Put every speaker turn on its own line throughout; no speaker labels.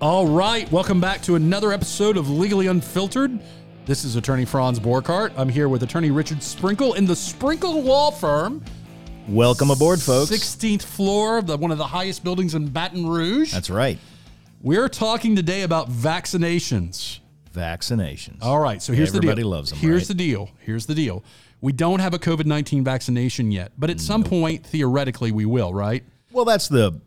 All right, welcome back to another episode of Legally Unfiltered. This is attorney Franz Borkart. I'm here with attorney Richard Sprinkle in the Sprinkle Law Firm,
Welcome aboard, folks.
16th floor of the, one of the highest buildings in Baton Rouge.
That's right.
We're talking today about vaccinations.
Vaccinations.
All right, so here's the
Everybody
deal.
loves 'em,
Here's
right?
the deal. Here's the deal. We don't have a COVID 19 vaccination yet, but at some point, theoretically, we will, right?
Well, that's the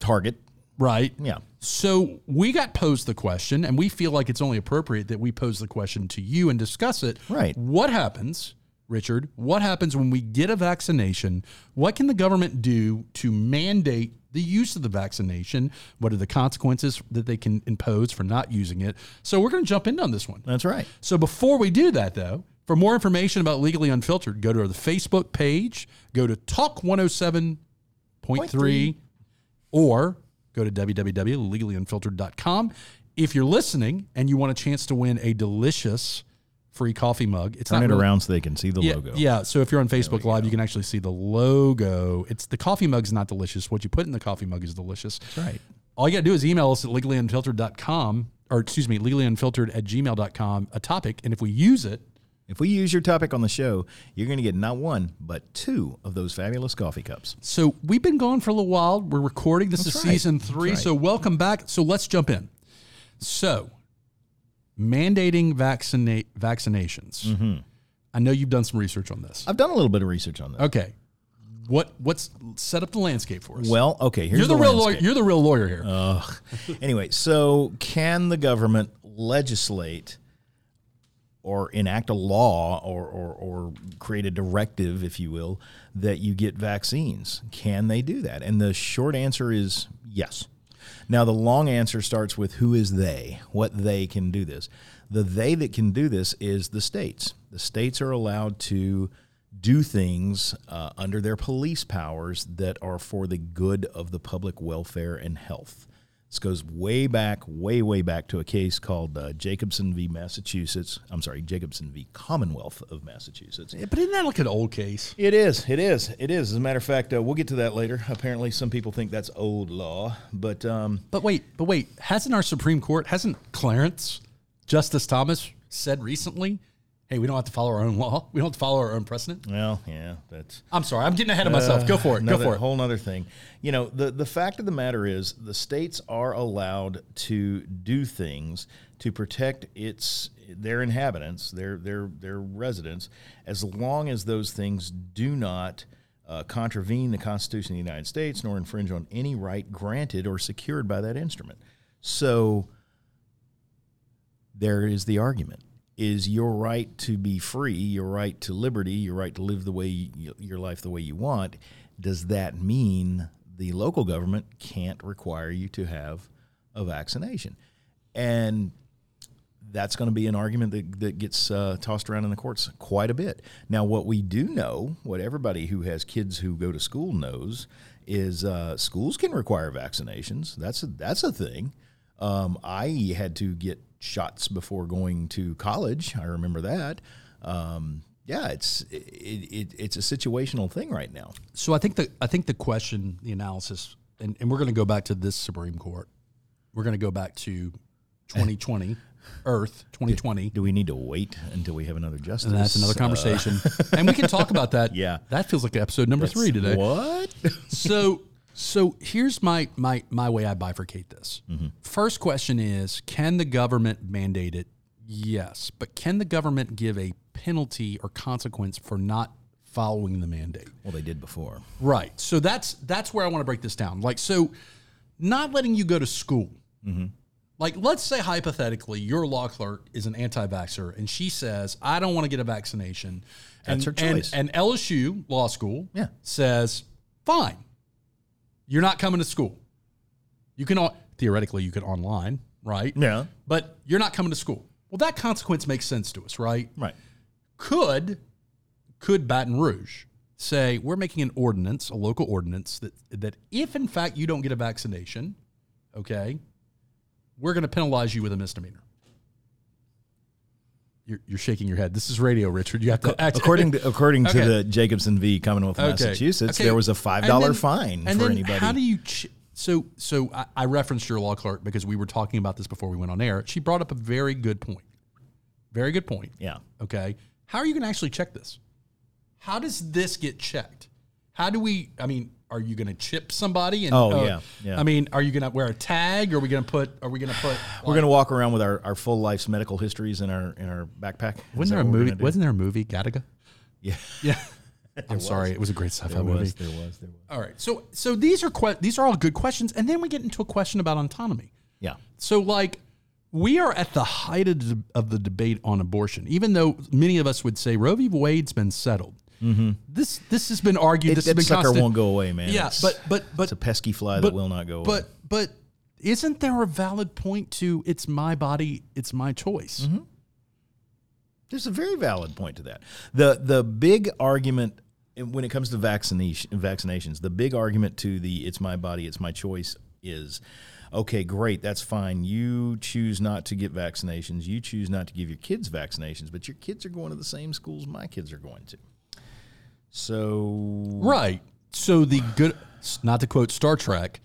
target.
Right.
Yeah.
So we got posed the question, and we feel like it's only appropriate that we pose the question to you and discuss it.
Right.
What happens, Richard? What happens when we get a vaccination? What can the government do to mandate the use of the vaccination? What are the consequences that they can impose for not using it? So we're going to jump in on this one.
That's right.
So before we do that, though, for more information about Legally Unfiltered, go to the Facebook page, go to Talk 107.3, or go to www.legallyunfiltered.com. If you're listening and you want a chance to win a delicious free coffee mug, it's
Turn
not
it
really-
around so they can see the
yeah,
logo.
Yeah. So if you're on Facebook Live, you can actually see the logo. It's the coffee mug's not delicious. What you put in the coffee mug is delicious.
That's right.
All you got to do is email us at legallyunfiltered.com or excuse me, legallyunfiltered at gmail.com, a topic. And if we use it,
If we use your topic on the show, you're going to get not one, but two of those fabulous coffee cups.
so we've been gone for a little while. We're recording. This
That's
is
right.
season
That's
three.
right.
So welcome back. So let's jump in. So mandating vaccinate vaccinations.
Mm-hmm.
I know you've done some research on this.
I've done a little bit of research on this.
Okay. What what's set up the landscape for us?
Well, okay, here's
you're the, real lawyer.
landscape. Uh,
You're the real lawyer here.
Anyway, so can the government legislate or enact a law or, or, or create a directive, if you will, that you get vaccines? Can they do that? And the short answer is yes. Now, the long answer starts with who is they, what they can do this. The they that can do this is the states. The states are allowed to do things uh, under their police powers that are for the good of the public welfare and health. This goes way back, way, way back to a case called uh, Jacobson v. Massachusetts. I'm sorry, Jacobson v. Commonwealth of Massachusetts.
Yeah, but isn't that like an old case?
It is. It is. It is. As a matter of fact, uh, we'll get to that later. Apparently, some people think that's old law, but um,
But wait, but wait, hasn't our Supreme Court, hasn't Clarence Justice Thomas said recently, hey, we don't have to follow our own law. We don't have to follow our own precedent.
well, yeah, that's
I'm sorry, I'm getting ahead of myself. Go for it. Go
Uh, another
for it.
whole other thing. You know, the the fact of the matter is, the states are allowed to do things to protect its their inhabitants, their their their residents, as long as those things do not. Uh, contravene the Constitution of the United States, nor infringe on any right granted or secured by that instrument. So, there is the argument is your right to be free your right to liberty your right to live the way you, your life the way you want does that mean the local government can't require you to have a vaccination and that's going to be an argument that, that gets uh, tossed around in the courts quite a bit. Now, what we do know, what everybody who has kids who go to school knows, is uh, schools can require vaccinations. That's a, that's a thing. Um, I had to get shots before going to college. I remember that. Um, yeah, it's it, it, it's a situational thing right now.
So I think the I think the question, the analysis, and, and we're gonna go back to this Supreme Court. We're gonna go back to twenty twenty, Earth, twenty twenty.
Do we need to wait until we have another justice?
And that's another
Uh,
conversation. and we can talk about that.
Yeah.
That feels like episode number three today.
What?
so so here's my my my way I bifurcate this. First question is can the government mandate it? Yes, but can the government give a penalty or consequence for not following the mandate?
well, they did before.
Right. So that's that's where I want to break this down. Like so not letting you go to school.
Mm-hmm.
Like let's say hypothetically your law clerk is an anti-vaxxer and she says I don't want to get a vaccination.
That's
and,
her
and-
choice.
And, LSU law school
Yeah.
says fine. You're not coming to school. You can on- theoretically you could online, right?
Yeah.
But you're not coming to school. Well, that consequence makes sense to us, right?
Right.
could could Baton Rouge say we're making an ordinance, a local ordinance that that if in fact you don't get a vaccination, okay, we're going to penalize you with a misdemeanor. You're, you're shaking your head. This is radio, Richard. You have to act
According to according
Okay.
to the Jacobson v. Commonwealth of Massachusetts,
Okay.
there was a
And
five dollar
then-
fine
and
for
then
anybody.
How do you? Ch- So, so I, I referenced your law clerk because we were talking about this before we went on air. She brought up a very good point. Very good point.
Yeah.
Okay. How are you going to actually check this? How does this get checked? How do we? I mean, are you going to chip somebody? And,
Oh,
uh,
yeah, yeah.
I mean, are you going to wear a tag? Are we going to put? Are we going to put?
We're going to walk around with our, our full life's medical histories in our in our backpack. Is
Wasn't
that
there a
what we're
movie?
gonna do?
Wasn't there a movie? Gattaca.
Yeah.
Yeah. I'm sorry. It was a great sci-fi
There
movie.
was, there was, there was.
All right. So so these are que- these are all good questions, and then we get into a question about autonomy.
Yeah.
So like we are at the height of the, of the debate on abortion, even though many of us would say Roe v. Wade's been settled. This this has been argued. this has
Mm-hmm. that
been
sucker
constant.
won't go away, man.
Yeah,
It's-
but but but
it's a pesky fly that will not go away.
But but isn't there a valid point to it's my body, it's my choice?
Mm-hmm. There's a very valid point to that. The the big argument when it comes to vaccination vaccinations, the big argument to the it's my body, it's my choice is okay, great, that's fine. You choose not to get vaccinations, you choose not to give your kids vaccinations, but your kids are going to the same schools my kids are going to. So
Right. So the good, not to quote Star Trek,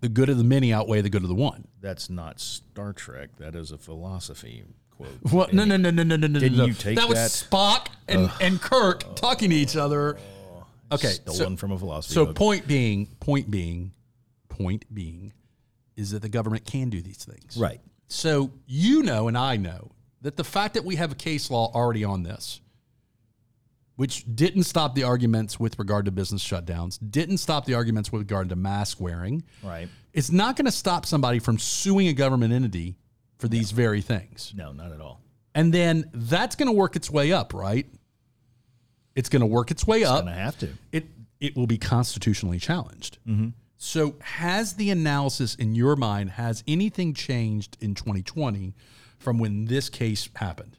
the good of the many outweigh the good of the one.
that's not Star Trek. That is a philosophy quote.
Well, no, no, no, no, no, no, no.
Didn't
no.
you take
was
that?
Spock and, and Kirk talking to each other.
Oh,
Okay, so,
Stolen from a philosophy
so
book.
point being, point being, point being, is that the government can do these things.
Right.
So you know, and I know that the fact that we have a case law already on this, which didn't stop the arguments with regard to business shutdowns, didn't stop the arguments with regard to mask wearing,
Right.
it's not going to stop somebody from suing a government entity for these very things.
No, not at all.
And then that's going to work its way up, right? It's going to work its way up
And I have to.
it it will be constitutionally challenged.
Mm-hmm.
So, has the analysis in your mind has anything changed in 2020 from when this case happened?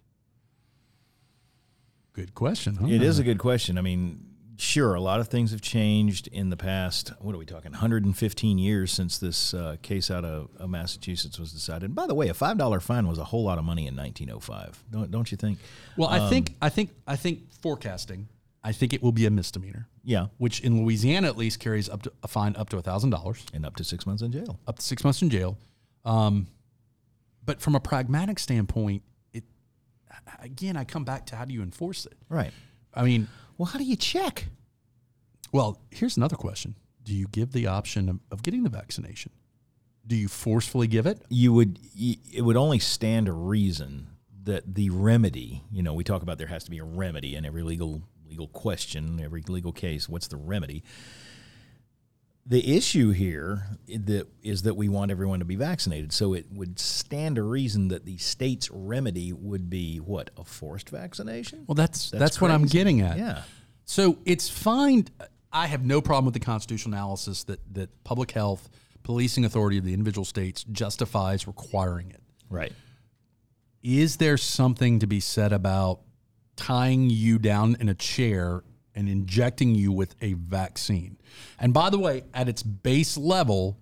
Good question. Huh?
It is a good question. I mean, sure, a lot of things have changed in the past. What are we talking? 115 years since this uh, case out of, of Massachusetts was decided. And by the way, a five dollar fine was a whole lot of money in 1905. Don't don't you think?
Well,
Um,
I think I think I think forecasting. I think it will be a misdemeanor,
Yeah,
which in Louisiana at least carries up to a fine up to thousand dollars,
and up to six months in jail.
up to six months in jail. Um, but from a pragmatic standpoint, it again I come back to how do you enforce it?
Right.
I mean,
Well, how do you check?
Well, here's another question. Do you give the option of, of getting the vaccination? Do you forcefully give it?
You would. y it would only stand to reason that the remedy. You know, we talk about there has to be a remedy in every legal legal question, every legal case. What's the remedy? the issue here i- that is that we want everyone to be vaccinated. So it would stand to reason that the state's remedy would be what a forced vaccination.
Well, that's that's, what I'm
crazy.
getting at.
yeah,
So it's fine. I have no problem with the constitutional analysis that that public health, policing authority of the individual states justifies requiring it.
right.
Is there something to be said about tying you down in a chair and injecting you with a vaccine? And by the way, at its base level,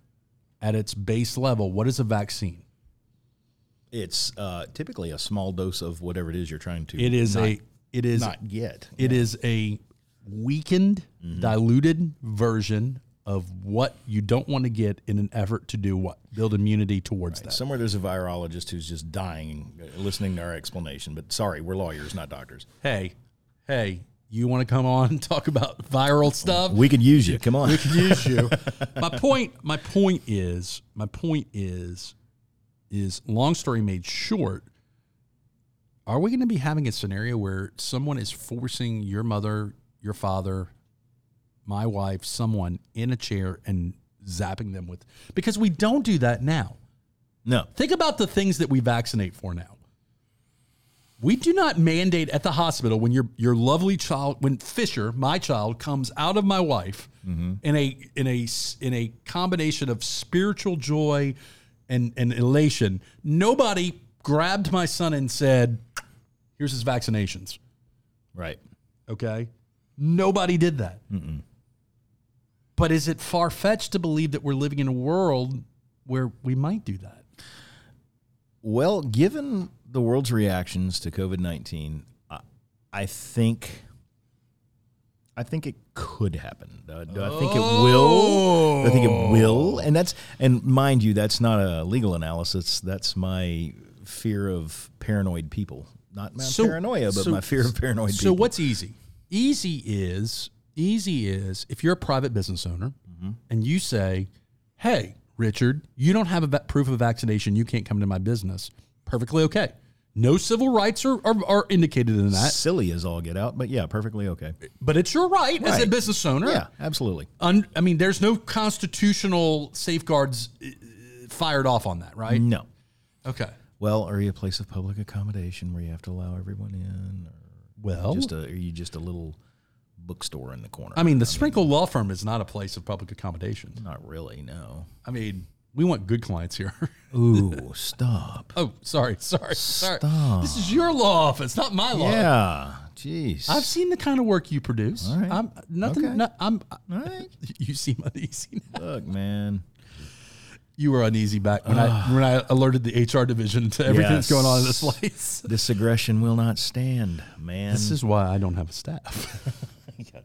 at its base level, what is a vaccine?
It's uh, typically a small dose of whatever it is you're trying to
It is a it is
not get.
it is a weakened, diluted version of what you don't want to get in an effort to do what build immunity towards that.
Somewhere there's a virologist who's just dying uh, listening to our explanation. But sorry, we're lawyers, not doctors.
Hey, hey, you want to come on and talk about viral stuff?
We could use you. Come on.
Use you. my point. My point is. My point is. Is long story made short. Are we going to be having a scenario where someone is forcing your mother, your father, my wife, someone in a chair and zapping them with? Because we don't do that now.
no,
Think about the things that we vaccinate for now. We do not mandate at the hospital when your your lovely child, when Fisher, my child, comes out of my wife in a in a s- in a combination of spiritual joy and and elation. Nobody grabbed my son and said, "Here's his vaccinations."
right.
Okay, nobody did that. But is it far fetched to believe that we're living in a world where we might do that?
Well, given the world's reactions to COVID 19, I, I think I think it could happen. Uh, do I think it will? I think
Oh.
it will. And that's and mind you, that's not a legal analysis. That's my fear of paranoid people. Not my
So-
paranoia, but
so-
my fear of paranoid
So
people.
what's easy? Easy is easy is if you're a private business owner
Mm-hmm.
and you say, "Hey, Richard, you don't have a va- proof of vaccination, you can't come to my business." Perfectly okay. No civil rights are, are, are indicated in that,
silly as all get out, but yeah, perfectly okay.
but it's your right, as a
Right.
business owner.
Yeah, absolutely.
Un, I mean, there's no constitutional safeguards uh, fired off on that, right?
No.
Okay.
Well, are you a place of public accommodation where you have to allow everyone in, or
Well,
just a, are you just a little bookstore in the corner?
I mean, the Sprinkle Law Firm is not a place of public accommodation.
not really. No.
I mean, we want good clients here.
Ooh, stop.
Oh, sorry, sorry, sorry. This is your law office, not my law.
Yeah. Jeez.
I've seen the kind of work you produce.
right.
I'm nothing.
Okay.
No, I'm.
all right.
You seem uneasy. Now.
Look, man.
You were uneasy back when I when I alerted the HR division to everything that's going on in this
Yes.
place.
This aggression will not stand, man.
This is why I don't have a staff.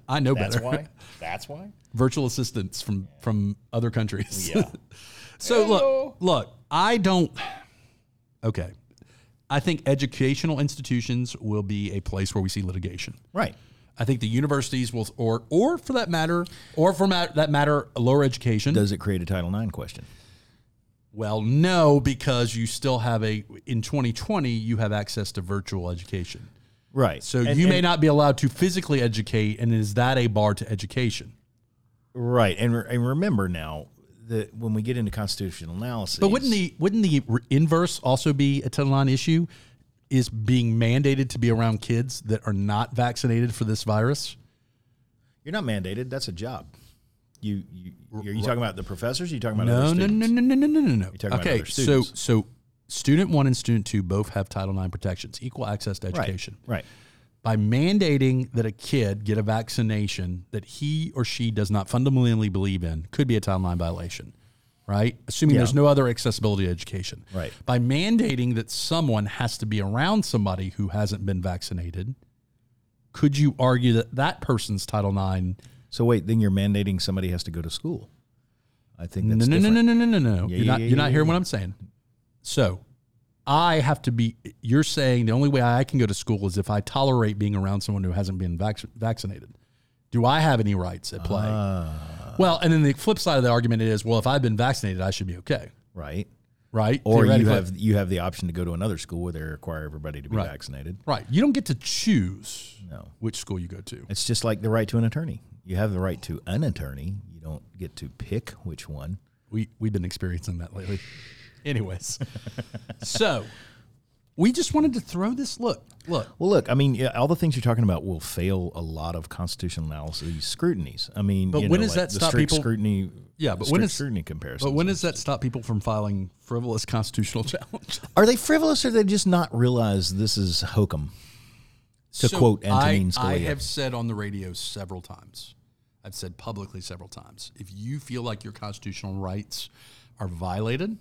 I know better.
That's why.
Virtual assistants from from other countries.
Yeah.
So
Hello.
look, look, I don't. Okay, I think educational institutions will be a place where we see litigation.
Right.
I think the universities will, or or for that matter, or for ma- that matter, lower education.
Does it create a Title IX question?
well, no, because you still have a in 2020 you have access to virtual education,
Right.
so
And-
you
and-
may not be allowed to physically educate, and is that a bar to education?
Right. And, re- and remember now that when we get into constitutional analysis,
But wouldn't the wouldn't the re- inverse also be a ton line issue? Is being mandated to be around kids that are not vaccinated for this virus?
you're not mandated. That's a job. You you are you talking about the professors? Are you talking about
No,
other
no,
students?
no, no, no, no, no, no, no.
talking about
Okay,
other
so
students.
so student one and student two both have Title IX protections, equal access to education.
Right. Right.
By mandating that a kid get a vaccination that he or she does not fundamentally believe in could be a Title IX violation, right? Assuming
Yeah.
there's no other accessibility to education.
Right.
By mandating that someone has to be around somebody who hasn't been vaccinated, could you argue that that person's Title IX?
So wait, then you're mandating somebody has to go to school. I think
No,
that's
no, no,
different.
no, no, no, no, no.
Yeah,
You're not,
yeah,
you're
yeah,
not hearing what I'm saying. So I have to be, you're saying the only way I can go to school is if I tolerate being around someone who hasn't been vac- vaccinated. Do I have any rights at play?
Ah.
well, and then the flip side of the argument is, well, if I've been vaccinated, I should be okay,
Right.
right?
Or you
Theoretically.
have you have the option to go to another school where they require everybody to be
Right.
vaccinated.
right. You don't get to choose
No.
which school you go to.
It's just like the right to an attorney. You have the right to an attorney. You don't get to pick which one.
We we've been experiencing that lately. Anyways, so we just wanted to throw this look. Look,
Well, look, I mean, yeah, all the things you're talking about will fail a lot of constitutional analysis these scrutinies. I mean,
But
you
when
know,
does
like
that
the
stop
strict
people-
Scrutiny,
Yeah, but when
strict
is-
scrutiny comparison?
But when does that stop people from filing frivolous constitutional challenge?
are they frivolous or they just not realize this is hokum? To quote Antonin
I, I
Scalia.
have said on the radio several times, I've said publicly several times, if you feel like your constitutional rights are violated,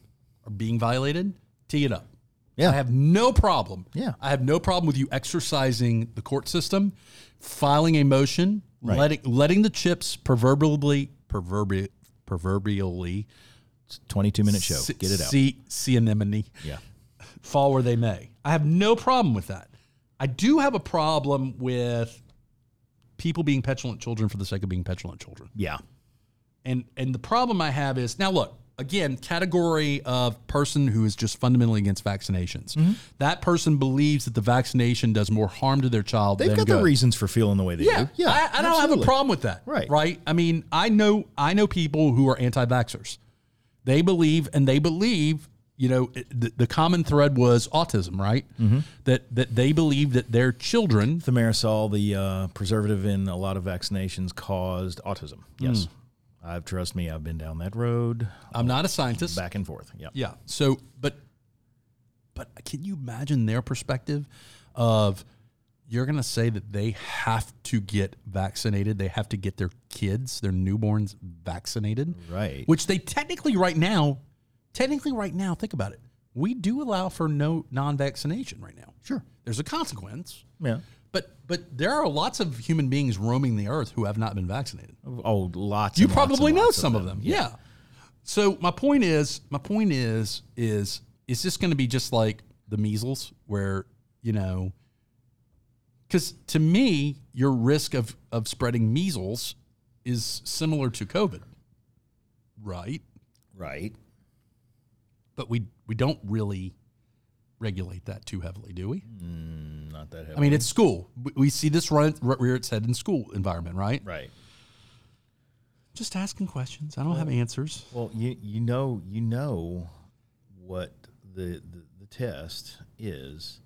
are being violated, tee it up.
Yeah.
I have no problem.
Yeah.
I have no problem with you exercising the court system, filing a motion, letting letting the chips proverbially proverbi- proverbially
22 minute show.
se-
Get it out.
Sea, sea anemone.
yeah.
fall where they may. I have no problem with that. I do have a problem with people being petulant children for the sake of being petulant children.
Yeah.
And and the problem I have is now look, again, category of person who is just fundamentally against vaccinations.
Mm-hmm.
That person believes that the vaccination does more harm to their child
They've
than
got
good.
their reasons for feeling the way they
Yeah,
do. Yeah.
I, I don't have a
absolutely.
problem with that.
Right.
right. I mean, I know I know people who are anti-vaxxers. They believe, and they believe, you know, it- the, the common thread was autism, right?
Mm-hmm.
That that they believe that their children
Thimerosal, the uh, preservative in a lot of vaccinations, caused autism.
Mm.
Yes. I've trust me, I've been down that road
I'm not a scientist.
back and forth. Yeah.
Yeah. So, but but can you imagine their perspective of you're going to say that they have to get vaccinated, they have to get their kids, their newborns vaccinated?
Right.
Which they technically right now, technically right now, think about it. We do allow for no non-vaccination right now.
Sure.
There's a consequence,
Yeah.
But but there are lots of human beings roaming the earth who have not been vaccinated.
Oh, lots.
You
and lots
probably
and
know
lots
some of them. Yeah. So my point is, my point is, is is this going to be just like the measles, where you know? Because to me, your risk of of spreading measles is similar to COVID, right?
Right.
But we we don't really regulate that too heavily, do we?
Not that heavy.
I mean, it's school. We- We see this run rear its head in school environment, right?
right.
Just asking questions. I don't have answers.
Well, you you know you know what the, the the test is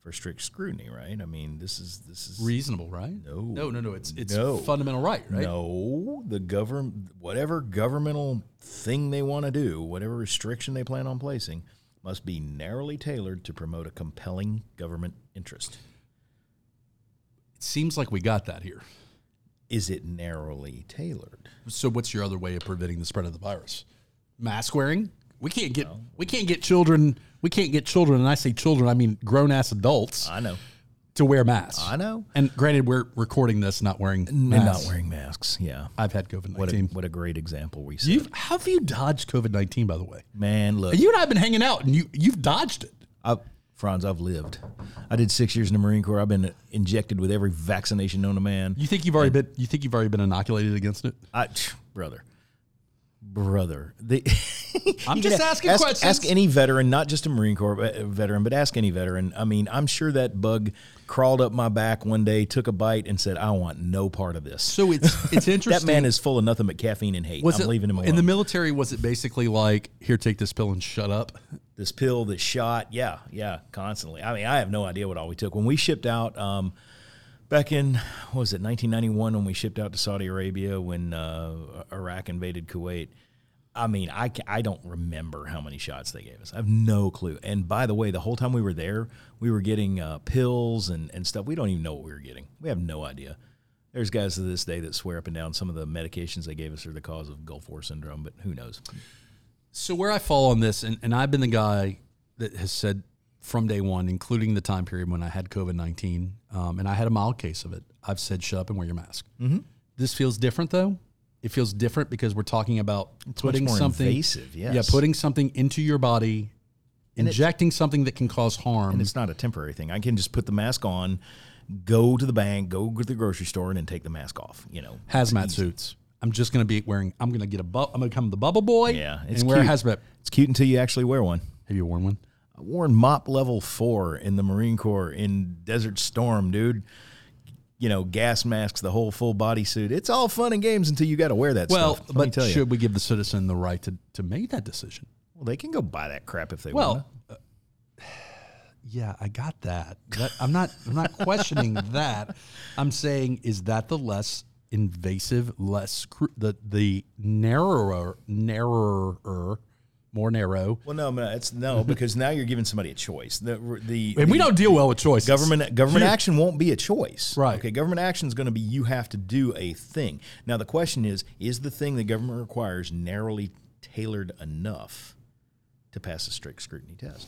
for strict scrutiny, right? I mean, this is this is
Reasonable, right?
No.
no, no, no. It's it's
No.
fundamental right, right?
No, the government, whatever governmental thing they want to do, whatever restriction they plan on placing, must be narrowly tailored to promote a compelling government interest.
It seems like we got that here.
Is it narrowly tailored?
So, what's your other way of preventing the spread of the virus? Mask wearing. We can't get we can't get children. We can't get children, and I say children, I mean grown ass adults
I know,
to wear masks.
I know,
And granted, we're recording this not wearing
and
masks.
not wearing masks. Yeah,
I've had COVID
what a,
nineteen.
what a great example we set.
You've how have you dodged COVID nineteen? By the way,
Man, look,
you and I have been hanging out, and you you've dodged it.
I, Franz, I've lived. I did six years in the Marine Corps. I've been injected with every vaccination known to man.
You think you've already been you think you've already been inoculated against it?
I, tch, brother, brother. The,
I'm
you
just
can a-
asking
ask,
questions.
Ask any veteran, not just a Marine Corps ve- veteran, but ask any veteran. I mean, I'm sure that bug crawled up my back one day, took a bite, and said, "I want no part of this."
So it's it's
that
interesting.
man is full of nothing but caffeine and hate.
was
I'm
it,
leaving him alone.
in the military? Was it basically like here, take this pill and shut up?
this pill, this shot. Yeah, yeah, constantly. I mean, I have no idea what all we took. When we shipped out um, back in, what was it, 1991, when we shipped out to Saudi Arabia when uh, Iraq invaded Kuwait, I mean, I, ca- I don't remember how many shots they gave us. I have no clue. And by the way, the whole time we were there, we were getting uh, pills and, and stuff. We don't even know what we were getting, we have no idea. There's guys to this day that swear up and down some of the medications they gave us are the cause of Gulf War syndrome, but who knows?
So where I fall on this, and, and I've been the guy that has said from day one, including the time period when I had COVID nineteen, um, and I had a mild case of it. I've said shut up and wear your mask. Mm-hmm. This feels different though. It feels different because we're talking about putting
more
something
invasive,
yeah,
yes.
putting something into your body, injecting something that can cause harm.
It's not a temporary thing. I can just put the mask on, go to the bank, go to the grocery store, and then take the mask off. You know,
hazmat suits. I'm just gonna be wearing. I'm gonna get a. Bu- I'm gonna become the bubble boy.
Yeah, it's
and wear a
cute.
hazmat.
it's cute until you actually wear one.
Have you worn one?
I wore mop level four in the Marine Corps in Desert Storm, dude. You know, gas masks, the whole full body suit. It's all fun and games until you got to wear that
Well,
stuff. Let me
but
tell you.
should we give the citizen the right to to make that decision?
well, they can go buy that crap if they want.
Well, uh, yeah, I got that. that. I'm not. I'm not questioning that. I'm saying, is that the less invasive, less cru- the the narrower, narrower, more narrow?
Well, no, no, it's no because now you're giving somebody a choice. The the
And we don't deal well with choice.
Government government action won't be a choice.
Right.
Okay. Government action is going to be you have to do a thing. Now the question is, is the thing the government requires narrowly tailored enough to pass a strict scrutiny test?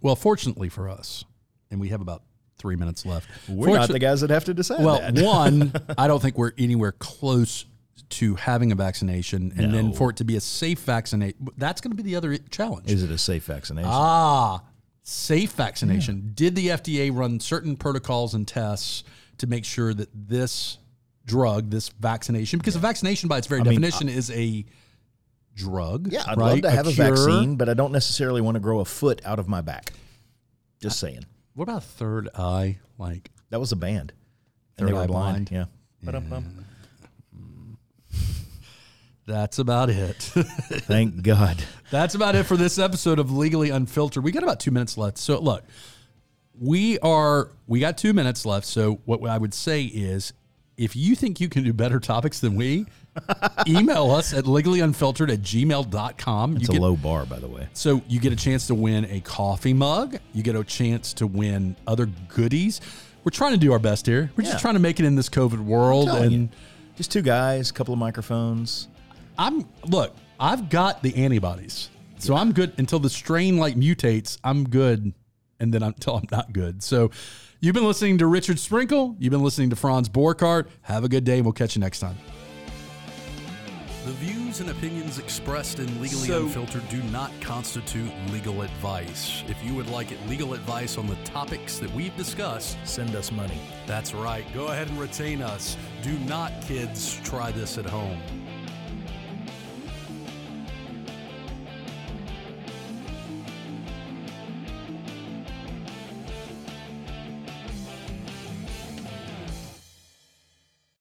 Well, fortunately for us, and we have about three minutes left.
We're not the guys that have to decide
Well,
that.
one, I don't think we're anywhere close to having a vaccination, and then for it to be a safe vaccinate, that's going to be the other challenge.
Is it a safe vaccination?
ah, safe vaccination. Did the FDA run certain protocols and tests to make sure that this drug, this vaccination, because a vaccination by its very definition is a drug.
uh, yeah, I'd love
right?
to have a,
cure.
vaccine, but I don't necessarily want to grow a foot out of my back. Just saying.
What about third eye? Like
That was a band. And
Third Eye Blind.
Yeah. Ba-dum-bum.
that's about it.
Thank God.
That's about it for this episode of Legally Unfiltered. We got about two minutes left. So look, we are we got two minutes left. So what I would say is if you think you can do better topics than we, email us at legallyunfiltered at gmail.com. You
It's a
get,
low bar, by the way.
so you get a chance to win a coffee mug. You get a chance to win other goodies. We're trying to do our best here. We're
Yeah.
just trying to make it in this COVID world.
telling
And
you. Just two guys, a couple of microphones.
I'm look, I've got the antibodies. So I'm good until the strain like mutates, I'm good and then I'm, until I'm not good. So you've been listening to Richard Sprinkle. You've been listening to Franz Borkart. Have a good day, and we'll catch you next time. The views and opinions expressed in Legally
So-
Unfiltered do not constitute legal advice. If you would like it, legal advice on the topics that we've discussed,
Send us money.
that's right. Go ahead and retain us. Do not, kids, try this at home.